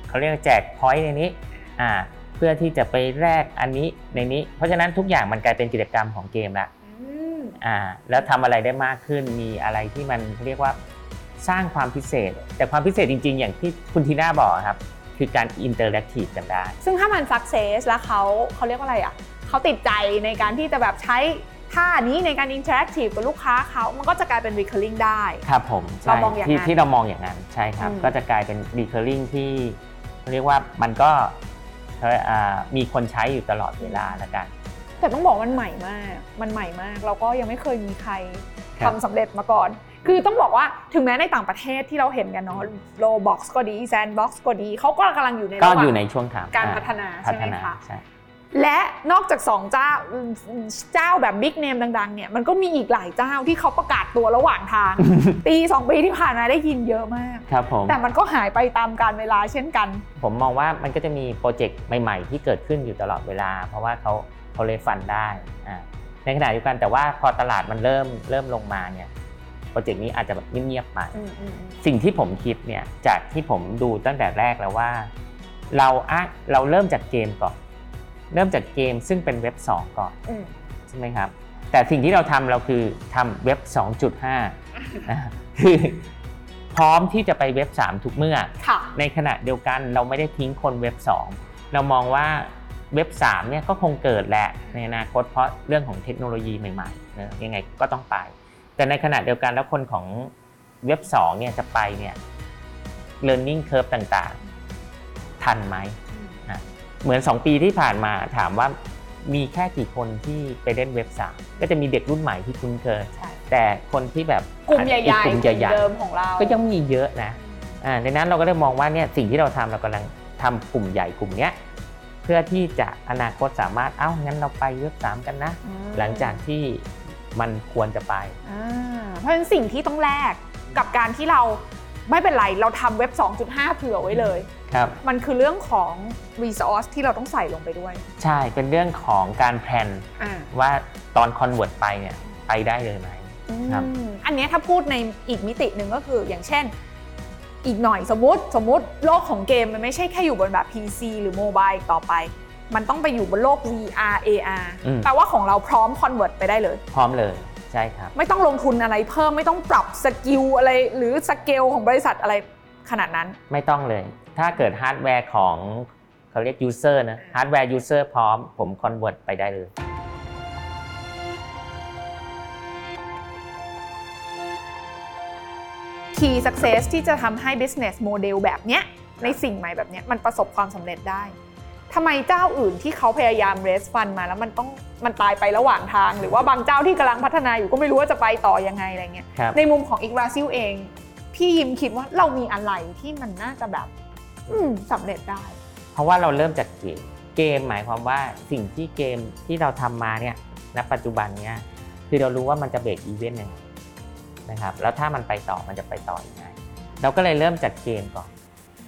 เขาเรียกว่าแจกพอยต์ในนี้อ่าเพื่อที่จะไปแลกอันนี้ในนี้ เพราะฉะนั้นทุกอย่างมันกลายเป็นกิจกรรมของเกมละ
อืม
อ่าแล้วทำอะไรได้มากขึ้นมีอะไรที่มันเรียกว่าสร้างความพิเศษ แต่ความพิเศษจริง ๆ อย่างที่คุณทีน่าบอกครับ คือการอินเตอร์แอคทีฟกันได้
ซึ่งถ้ามันสักเซสแล้วเขาเขาเรียกว่าอะไรอ่ะเขาติดใจในการที่จะแบบใช้ท่านี้ในการอินเ r อร์แอคทีฟกับลูกค้าเขามันก็จะกลายเป็น recurring ได้
ครับผมใช่
เรามองอย่าง
ที่
นั้น
ที่เรามองอย่างนั้นใช่ครับ
อืม
ก็จะกลายเป็น recurring ที่เรียกว่ามันก็เขาเรียกอ่ามีคนใช้อยู่ตลอดเวลาละกัน
แต่ต้องบอกมันใหม่มาก มันใหม่มาก แล้วก็ยังไม่เคยมีใคร
ครับ
ทำสำเร็จมาก่อน คือต้องบอกว่าถึงแม้ในต่างประเทศที่เราเห็นกันเนาะ Roblox ก็ดี Sandbox ก็ดี เขาก็กำลังอยู่ใน
ก็
ระ
อ
หว่า
ยู่
ง
ในช่วงถาม
การพัฒนา
พั
ใช่
ฒ
ไหม
นา
คะ
ใช่
และนอกจากสองเจ้าเจ้าแบบบิ๊กเนมดังๆเนี่ยมันก็มีอีกหลายเจ้าที่เขาประกาศตัวระหว่างทาง ปีสองปีที่ผ่านมาได้ยินเยอะมาก
ครับผม
แต่มันก็หายไปตามกาลเวลาเช่นกัน
ผมมองว่ามันก็จะมีโปรเจกต์ใหม่ ๆ ที่เกิดขึ้นอยู่ตลอดเวลา เพราะว่าเขาเขาเลยฟันได้อ่าในขณะเดียวกันแต่ว่าพอตลาดมันเริ่มเริ่มลงมาเนี่ยโปรเจกต์นี้อาจจะแบบเงียบๆไปสิ่งที่ผมคิดเนี่ยจากที่ผมดูตั้งแต่แรกแล้วว่า เราอะเราเริ่มจากเกมก่อน เริ่มจากเกมซึ่งเป็นเว็บ 2 ก่อน
อืม
ใช่ไหมครับ แต่สิ่งที่เราทำเราคือทำเว็บ 2.5อ่า คือพร้อมที่จะไปเว็บ 3 ทุกเมื่อ
ค่ะ
ในขณะเดียวกันเราไม่ได้ทิ้งคนเว็บ 2 เรามองว่าเว็บ3เนี่ยก็คงเกิดแหละในอนาคตเพราะเรื่องของเทคโนโลยีใหม่ๆนะยังไงก็ต้องไป แต่ในขณะเดียวกันแล้วคนของเว็บ2เนี่ยจะไปเนี่ย learning curve ต่างๆ ทันไหมอ่ะเหมือน 2 ปีที่ผ่านมาถามว่ามีแค่กี่คนที่ไปเล่นเว็บ 3 ก็จะมีเด็กรุ่นใหม่ที่คุ้นเคย
ใช่
แต่คนที่แบบ
กลุ่มใหญ่ๆ
อีกกลุ่มใหญ่
เดิมของเรา
ๆก็ยังมีเยอะนะ อ่าดังนั้นเราก็เลยมองว่าเนี่ยสิ่งที่เราทำเรากำลังทำกลุ่มใหญ่กลุ่มเนี้ยเพื่อที่จะอนาคตสามารถเอ้างั้นเราไปเว็บสามกันนะ
อืม
หลังจากที่มันควรจะไป
อ่าเพราะฉะนั้นสิ่งที่ต้องแลกกับการที่เราไม่เป็นไรเราทำเว็บ 2.5 เผื่อไว้เลย
ครับ
มันคือเรื่องของ resource ที่เราต้องใส่ลงไปด้วย
ใช่เป็นเรื่องของการแพลน
อ่า
ว่าตอนคอนเวิร์ตไปเนี่ยไปได้เลยไหม ครับ
อืมอันเนี้ยถ้าพูดในอีกมิติหนึ่งก็คืออย่างเช่น อีกหน่อยสมมติสมมติโลกของเกมมันไม่ใช่แค่อยู่บนแบบ PC หรือโมบายอีกต่อไป มันต้องไปอยู่บนโลก VR AR
อืม
แปลว่าของเราพร้อมคอนเวิร์ตไปได้เลย
พร้อมเลยใช่ครับ
ไม่ต้องลงทุนอะไรเพิ่มไม่ต้องปรับสกิลอะไรหรือสเกลของบริษัทอะไรขนาดนั้น
ไม่ต้องเลย ถ้าเกิดฮาร์ดแวร์ของเขาเรียกยูเซอร์นะฮาร์ดแวร์ยูเซอร์พร้อมผมคอนเวิร์ตไปได้เลย
Key Success ที่จะทำให้ Business Model แบบเนี้ยในสิ่งใหม่แบบเนี้ยมันประสบความสำเร็จได้ทำไมเจ้าอื่นที่เขาพยายาม raise fund มาแล้วมันต้องมันตายไประหว่างทาง หรือว่าบางเจ้าที่กำลังพัฒนาอยู่ก็ไม่รู้ว่าจะไปต่อยังไงอะไรเงี้ย
ครับ
ในมุมของอีกราซิลเอง พี่ยิมคิดว่าเรามีอะไรที่มันน่าจะแบบ อืมสำเร็จได้
เพราะว่าเราเริ่มจากเกม เกมหมายความว่าสิ่งที่เกมที่เราทำมาเนี่ย ณ ปัจจุบันเนี่ย คือเรารู้ว่ามันจะเบรกอีเวนต์ยังไงนะครับ แล้วถ้ามันไปต่อ มันจะไปต่อยังไง เราก็เลยเริ่มจากเกมก่อน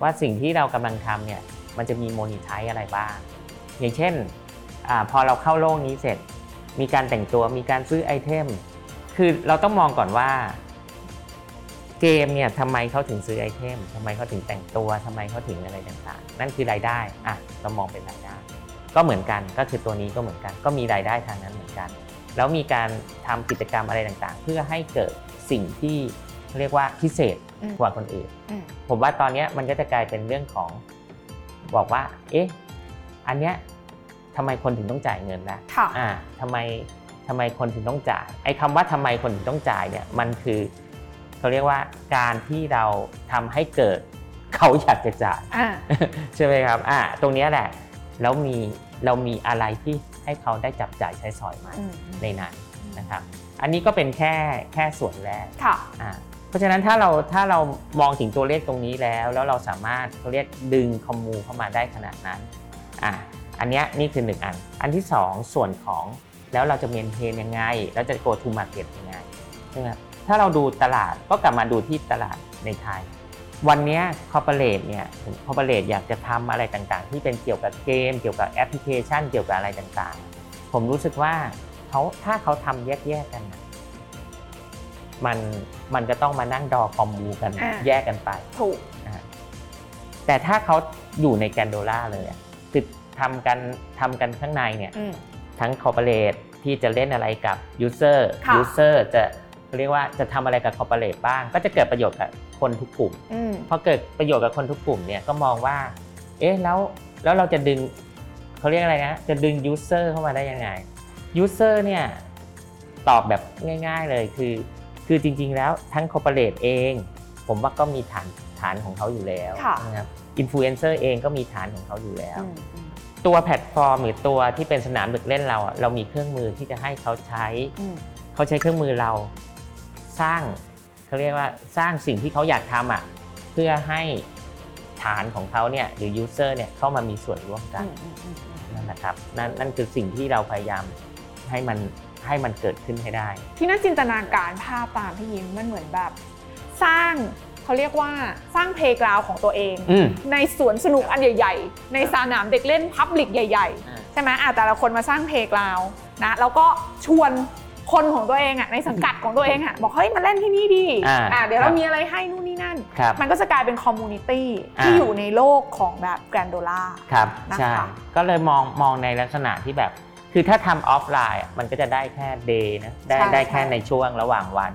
ว่าสิ่งที่เรากำลังทำเนี่ย มันจะมีโมนิทายอะไรบ้าง อย่างเช่นอาพอเราเข้าโลกนี้เสร็จ มีการแต่งตัว มีการซื้อไอเทม คือเราต้องมองก่อนว่า เกมเนี่ยทำไมเขาถึงซื้อไอเทมทำไมเขาถึงแต่งตัวทำไมเขาถึงอะไรต่างๆ นั่นคือรายได้อ่ะเรามองเป็นรายได้ ก็เหมือนกันก็คือตัวนี้ก็เหมือนกัน ก็มีรายได้ทางนั้นเหมือนกัน แล้วมีการทำกิจกรรมอะไรต่างๆ เพื่อให้เกิดสิ่งที่เรียกว่าพิเศษ
อืม
กว่าคนอื่น
อืม
ผมว่าตอนเนี้ยมันก็จะกลายเป็นเรื่องของบอกว่า เอ๊ะ อันเนี้ยทำไมคนถึงต้องจ่ายเงินนะ
ค่ะ
อ่าทำไมทำไมคนถึงต้องจ่าย ไอ้คำว่าทำไมคนถึงต้องจ่ายเนี่ย มันคือเขาเรียกว่าการที่เราทำให้เกิดเขาอยากจะจ่าย
อ่า
ใช่ไหมครับ อ่า ตรงเนี้ยแหละ แล้วมีเรามีอะไรที่ให้เขาได้จับจ่ายใช้สอยมา
อืม
ในนั้นนะครับ อันนี้ก็เป็นแค่แค่ส่วนแรก
ค่ะ
อ่าเพราะฉะนั้นถ้าเราถ้าเรามองถึงตัวเลขตรงนี้แล้ว แล้วเราสามารถเขาเรียกดึงคอมมูเข้ามาได้ขนาดนั้นอ่าอันเนี้ยนี่คือหนึ่งอัน อันที่สองส่วนของแล้วเราจะเมนเทนยังไง แล้วจะ go to market ยังไงใช่ไหมครับถ้าเราดูตลาดก็กลับมาดูที่ตลาด ในไทย วันเนี้คอร์เปอเรทเนี่ยคอร์เปอเรทอยากจะทำอะไรต่างๆ ที่เป็นเกี่ยวกับเกม เกี่ยวกับแอปพลิเคชัน เกี่ยวกับอะไรต่างๆ ผมรู้สึกว่าเขาถ้าเขาทำแยกๆกันน่ะมันมันจะต้องมานั่งดอคอมบูกัน
อ่า
แยกกันไป
ถูก
นะฮะแต่ถ้าเขาอยู่ในแกนโดล่าเลยอะคือทำกันทำกันข้างในเนี่ย
อืม
ทั้งคอร์เปอเรทที่จะเล่นอะไรกับยูเซอร์
ค่ะ
ยูเซอร์จะเรียกว่าจะทำอะไรกับคอร์เปอเรทบ้าง ก็จะเกิดประโยชน์กับคนทุกกลุ่ม
อืม
พอเกิดประโยชน์กับคนทุกกลุ่มเนี่ยก็มองว่า เอ๊ะแล้วแล้วเราจะดึงเขาเรียกอะไรนะจะดึงยูเซอร์เข้ามาได้ยังไงยูเซอร์เนี่ยตอบแบบง่าย ๆเลยคือ คือจริงๆแล้วทั้งคอร์เปอเรทเอง ผมว่าก็มีฐานฐานของเขาอยู่แล้ว
ค่ะ
นะครับอินฟลูเอนเซอร์เองก็มีฐานของเขาอยู่แล้ว
อืม
ตัวแพลตฟอร์มหรือตัวที่เป็นสนามเด็กเล่นเราอะเรามีเครื่องมือที่จะให้เขาใช้
อืม
เขาใช้เครื่องมือเราสร้างเขาเรียกว่าสร้างสิ่งที่เขาอยากทำอ่ะเพื่อให้ฐานของเขาเนี่ยหรือยูเซอร์เนี่ยเข้ามามีส่วนร่วมกันนั่นแหละครับนั่นนั่นคือสิ่งที่เราพยายามให้มันให้มันเกิดขึ้นให้ได้
ที่น่าจินตนาการภาพตามพี่ยิ้มมันเหมือนแบบ สร้างเขาเรียกว่าสร้างเพล g กราวของตัวเอง
อืม
ในสวนสนุกอันใหญ่ ๆ ในสนามเด็กเล่นพับลิกใหญ่ ๆ ใช่ไหมอ่ะแต่ละคนมาสร้างเพล g กราวนะแล้วก็ชวนคนของตัวเองอ่ะในสังกัดของตัวเองอ่ะบอกเฮ้ยมาเล่นที่นี่ดิ
อ่า
อ่ะเดี๋ยว
ค
เรา
รับ
มีอะไรให้นู่นนี่นั่น
ครับ
มันก็จะกลายเป็นคอมมูนิตี้ที่
อ่า
อยู่ในโลกของแบบแกรนโดล่า
ครับ
นะคะ
ใช่ก็เลยมองมองในลักษณะที่แบบ คือถ้าทำออฟไลน์อะมันก็จะได้แค่เดย์นะได้ได้แค่ในช่วงระหว่างวัน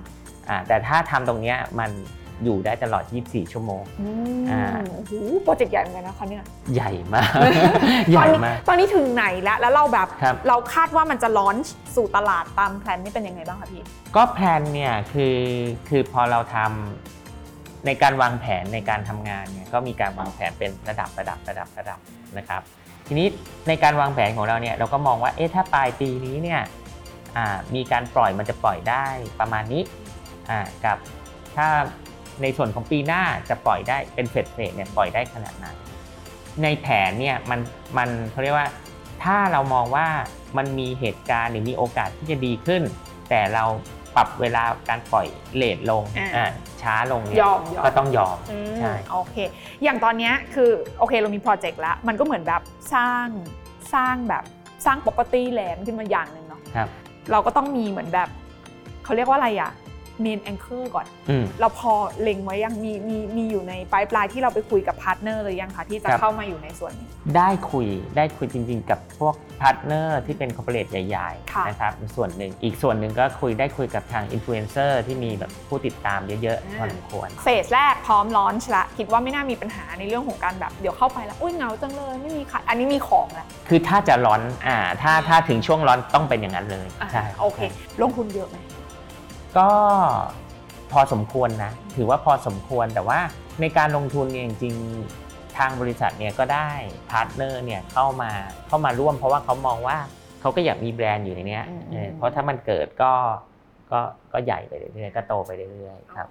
อ่าแต่ถ้าทำตรงเนี้ยมันอยู่ได้ตลอด 24 ชั่วโมง
อืม
อ่า
โอ้โหโปรเจกต์ใหญ่เหมือนกันนะคะเนี่ย
ใหญ่ม าก
ต
ให
อน
ญ่
นี้
มาก
ตอนนี้ถึงไหนแล้ว แล้วเราแบบ
ครับ
เราคาดว่ามันจะลอนช์สู่ตลาดตามแพลนนี่เป็นยังไงบ้างคะพี่
ก็แพลนเนี่ยคือคือพอเราทำในการวางแผนในการทำงานเนี่ยก็มีการวางแผนเป็นระดับระดับระดับระดับนะครับ ทีนี้ในการวางแผนของเราเนี่ยเราก็มองว่าเอ๊ะถ้าปลายปีนี้เนี่ยอ่ามีการปล่อยมันจะปล่อยได้ประมาณนี้อ่ากับถ้าในส่วนของปีหน้าจะปล่อยได้เป็นเฟสเฟสเนี่ยปล่อยได้ขนาดไหนในแผนเนี่ยมันมันเขาเรียกว่า ถ้าเรามองว่ามันมีเหตุการณ์หรือมีโอกาสที่จะดีขึ้น แต่เราปรับเวลาการปล่อยเลทลง
อ่า
อ่าช้าลงเนี่ย
ยอมยอม
ก็ต้องยอม
อืม
ใช่
โอเค อย่างตอนเนี้ยคือโอเคเรามีโปรเจกต์แล้ว มันก็เหมือนแบบสร้างสร้างแบบสร้างปกติแลนด์ขึ้นมาอย่างหนึ่งเนาะ
ครับ
เราก็ต้องมีเหมือนแบบเขาเรียกว่าอะไรอะเมนแองเกิลก่อน
อืม
เราพอเล็งไว้ยังมีมีมีอยู่ในปลายปลายที่เราไปคุยกับพาร์ทเนอร์เลยยังคะที่จะ
ครับ
เข้ามาอยู่ในส่วนนี้
ได้คุยได้คุยจริงๆ กับพวกพาร์ทเนอร์ที่เป็นคอร์เปอเรทใหญ่
ค่ะ
ๆนะครับส่วนหนึ่งอีกส่วนหนึ่งก็คุยได้คุยกับทางอินฟลูเอนเซอร์ที่มีแบบผู้ติดตามเยอะๆพอสมควร
เฟสแรกพร้อมลอนช์ละคิดว่าไม่น่ามีปัญหาในเรื่องของการแบบเดี๋ยวเข้าไปแล้วอุ้ยเหงาจังเลยไม่มีขายอันนี้มีของแล้ว
คือถ้าจะร้อนอ่าถ้าถ้าถึงช่วงร้อนต้องเป็นอย่างนั้นเลย
อ่ะ
ใช่
โอเค ลงทุนเยอะไหม
ก็พอสมควรนะ ถือว่าพอสมควรแต่ว่าในการลงทุนเนี่ยจริงๆทางบริษัทเนี่ยก็ได้พาร์ทเนอร์เนี่ยเข้ามาเข้ามาร่วม เพราะว่าเขามองว่าเขาก็อยากมีแบรนด์อยู่ในเนี้ยเออเพราะถ้ามันเกิดก็ก็ก็ใหญ่ไปเรื่อยๆก็โตไปเรื่อยๆครับ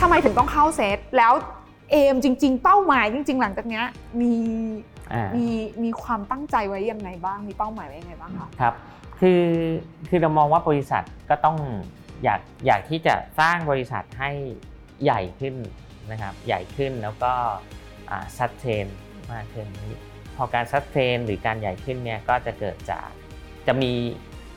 ทำไมถึงต้องเข้าเซตแล้วเอมจริง ๆ เป้าหมายจริง ๆ หลังจากเนี้ยมี
อ่า
มีมีความตั้งใจไว้ยังไงบ้างมีเป้าหมายไว้ยังไงบ้างคะ
ครับคือคือเรามองว่าบริษัทก็ต้องอยากอยากที่จะสร้างบริษัทให้ใหญ่ขึ้นนะครับใหญ่ขึ้นแล้วก็ซัดเทนมากขึ้นพอการซัดเทนหรือการใหญ่ขึ้นเนี่ยก็จะเกิดจากจะมี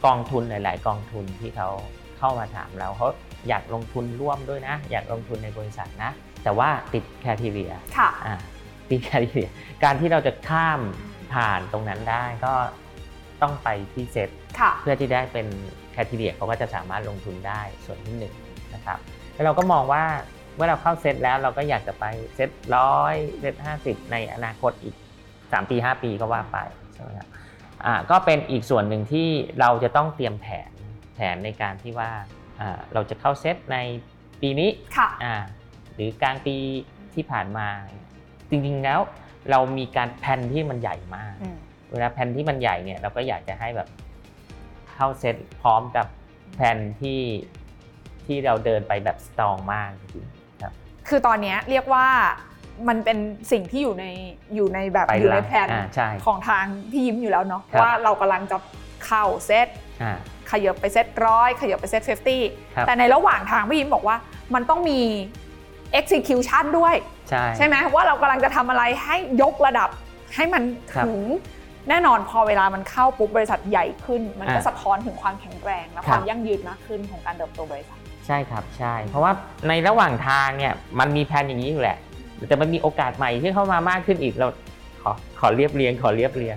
กองทุนหลาย ๆ กองทุนที่เขาเข้ามาถามเราเขาอยากลงทุนร่วมด้วยนะ อยากลงทุนในบริษัทนะ แต่ว่าติดแคทีเรีย
ค่ะ
อ่าปีการเรียนการที่เราจะข้ามผ่านตรงนั้นได้ก็ต้องไปที่เซต
ค่ะ
เพื่อที่ได้เป็นแคทีเรียเขาก็จะสามารถลงทุนได้ส่วนที่หนึ่งนะครับแล้วเราก็มองว่าเมื่อเราเข้าเซตแล้วเราก็อยากจะไปเซตร้อยเซตห้าสิบในอนาคตอีก 3 ปี 5 ปีก็ว่าไปใช่ไหมครับอ่าก็เป็นอีกส่วนหนึ่งที่เราจะต้องเตรียมแผนแผนในการที่ว่าอ่าเราจะเข้าเซตในปีนี้
ค่ะ
อ่าหรือกลางปีที่ผ่านมาจริงๆแล้วเรามีการแพลนที่มันใหญ่มาก
อืม
เวลาแพลนที่มันใหญ่เนี่ยเราก็อยากจะให้แบบเข้าเซตพร้อมกับแพลนที่ ที่เราเดินไปแบบสตรองมากจริงๆครับ
คือตอนเนี้ยเรียกว่ามันเป็นสิ่งที่อยู่ในอยู่ในแบบ
ไป
อยู่ใน
ละ
แผน
อ่าใช่
ของทางพี่ยิ้มอยู่แล้วเนาะ
ครับ
ว่าเรากำลังจะเข้าเซต
อ่า
ขยับไปเซตร้อยขยับไปเซต
ครับ
50 แต่ในระหว่างทางพี่ยิ้มบอกว่ามันต้องมี execution ด้วย
ใช่
ใช่ไหมว่าเรากำลังจะทำอะไรให้ยกระดับให้มัน
ครับ
ถึงแน่นอนพอเวลามันเข้าปุ๊บบริษัทใหญ่ขึ้น มันก็สะท้อนถึงความแข็งแรงและความยั่งยืนมากขึ้นของการเติบโตบริษัท
ใช่ครับใช่ เพราะว่าในระหว่างทางเนี่ยมันมีแผนอย่างนี้อยู่แหละ แต่มันมีโอกาสใหม่ที่เข้ามามากขึ้นอีกเราขอขอเรียบเรียงขอเรียบเรียง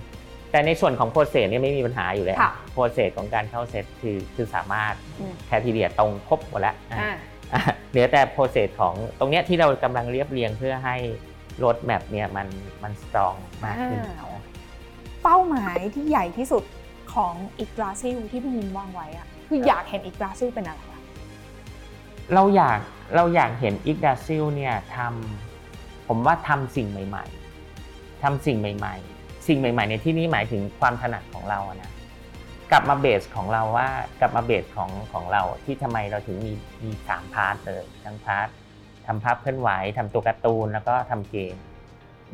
แต่ในส่วนของโปรเซสเนี่ยไม่มีปัญหาอยู่แล้ว
ค่ะ
โปรเซสของการเข้าเซตคือคือสามารถ
อืม
แคทีเรียตรงครบหมดแล้วอ่ะ
อ่า
อ่ะ เหลือแต่โปรเซสของตรงเนี้ยที่เรากำลังเรียบเรียงเพื่อให้รถแมพเนี่ยมันมันสตรองมากขึ้น
อ่า เป้าหมายที่ใหญ่ที่สุดของอีกราซิลที่พี่ยินวางไว้อะคืออยากเห็นอีกราซิลเป็นอะไรอะ
เราอยากเราอยากเห็นอิกดาซิลเนี่ยทำผมว่าทำสิ่งใหม่ ๆทำสิ่งใหม่ ๆ สิ่งใหม่ ๆ ในที่นี้หมายถึงความถนัดของเราอะนะกลับมาเบสของเราว่ากลับมาเบสของของเราที่ทำไมเราถึงมีมีสามพาร์ทเลยทั้งพาร์ททำภาพเคลื่อนไหวทำตัวการ์ตูนแล้วก็ทำเกม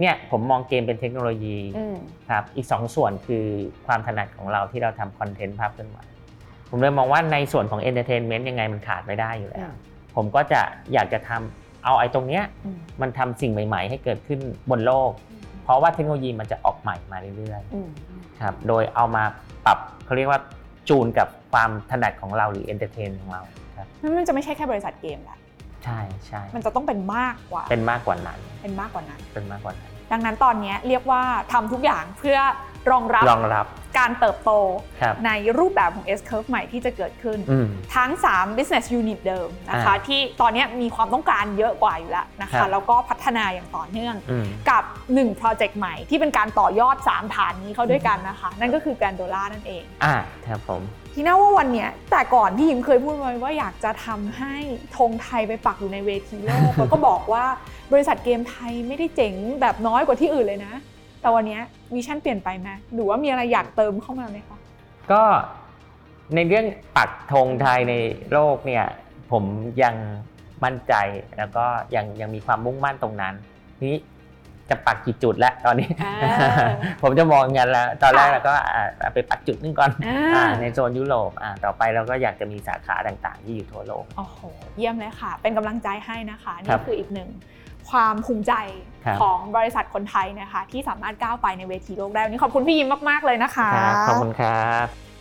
เนี่ยผมมองเกมเป็นเทคโนโลยี
อืม
ครับอีก 2 ส่วนคือความถนัดของเราที่เราทำคอนเทนต์ภาพเคลื่อนไหวผมเลยมองว่าในส่วนของเอนเตอร์เทนเมนต์ยังไงมันขาดไม่ได้อยู่แล้
อื
ว
ม
ผมก็จะอยากจะทำเอาไอ้ตรงเนี้ย
อืม
มันทำสิ่งใหม่ ๆ ให้เกิดขึ้นบนโลก เพราะว่าเทคโนโลยีมันจะออกใหม่มาเรื่อย
อืม
ๆครับโดยเอามาปรับเขาเรียกว่าจูนกับความถนัดของเราหรือเอนเตอร์เทนของเราครับ
นั่นมันจะไม่ใช่แค่บริษัทเกมละ
ใช่ใช่
มันจะต้องเป็นมากกว่า
เป็นมากกว่านั้น
เป็นมากกว่านั้น
เป็นมากกว่านั้น
ดังนั้นตอนเนี้ยเรียกว่าทำทุกอย่างเพื่อรองรับ
รองรับ
การเติบโต
ครับ
ในรูปแบบของ S curve ใหม่ที่จะเกิดขึ้น
อืม
ทั้ง 3 business unit เดิมนะคะ
อ่า
ที่ตอนนี้มีความต้องการเยอะกว่าอยู่แล้วนะ
ครั
คะ
บ
แล้วก็พัฒนาอย่างต่อเนื่อง
อืม
กับ 1 project ใหม่ที่เป็นการต่อยอด 3 ฐานนี้เข้าด้วยกันนะคะ นั่นก็คือแกรนโดล่านั่นเอง
อ่าครับผม
ที่น่าว่าวันเนี้ยแต่ก่อนพี่ยิมเคยพูดไว้ว่าอยากจะทำให้ธงไทยไปปักอยู่ในเวทีโล ก แล้วก็บอกว่าบริษัทเกมไทยไม่ได้เจ๋งแบบน้อยกว่าที่อื่นเลยนะ แต่วันเนี้ยวิชั่นเปลี่ยนไปไหมหรือว่ามีอะไรอยากเติมเข้ามาไหมคะ
ก็ในเรื่องปักธงไทยในโลกเนี่ยผมยังมั่นใจแล้วก็ยังยังมีความมุ่งมั่นตรงนั้นทีนี้จะปักกี่จุดแล้วตอนนี้
อ่า
ผมจะมองงั้นแล้วตอนแรกเราก็อ่าเอาไปปักจุดหนึงก่อน
อ่า
อ่าในโซนยุโรปอ่าต่อไปเราก็อยากจะมีสาขาต่างๆ ที่อยู่ทั่วโลก
โอ้โห เยี่ยมเลยค่ะ เป็นกำลังใจให้นะคะ
ครั
นี่
บ
คืออีกหนึ่งความภูมิใจ
ครับ
ของบริษัทคนไทยนะคะ ที่สามารถก้าวไปในเวทีโลกได้วันนี้ขอบคุณพี่ยิมมาก ๆ เลยนะคะ
ครับขอบคุณครับ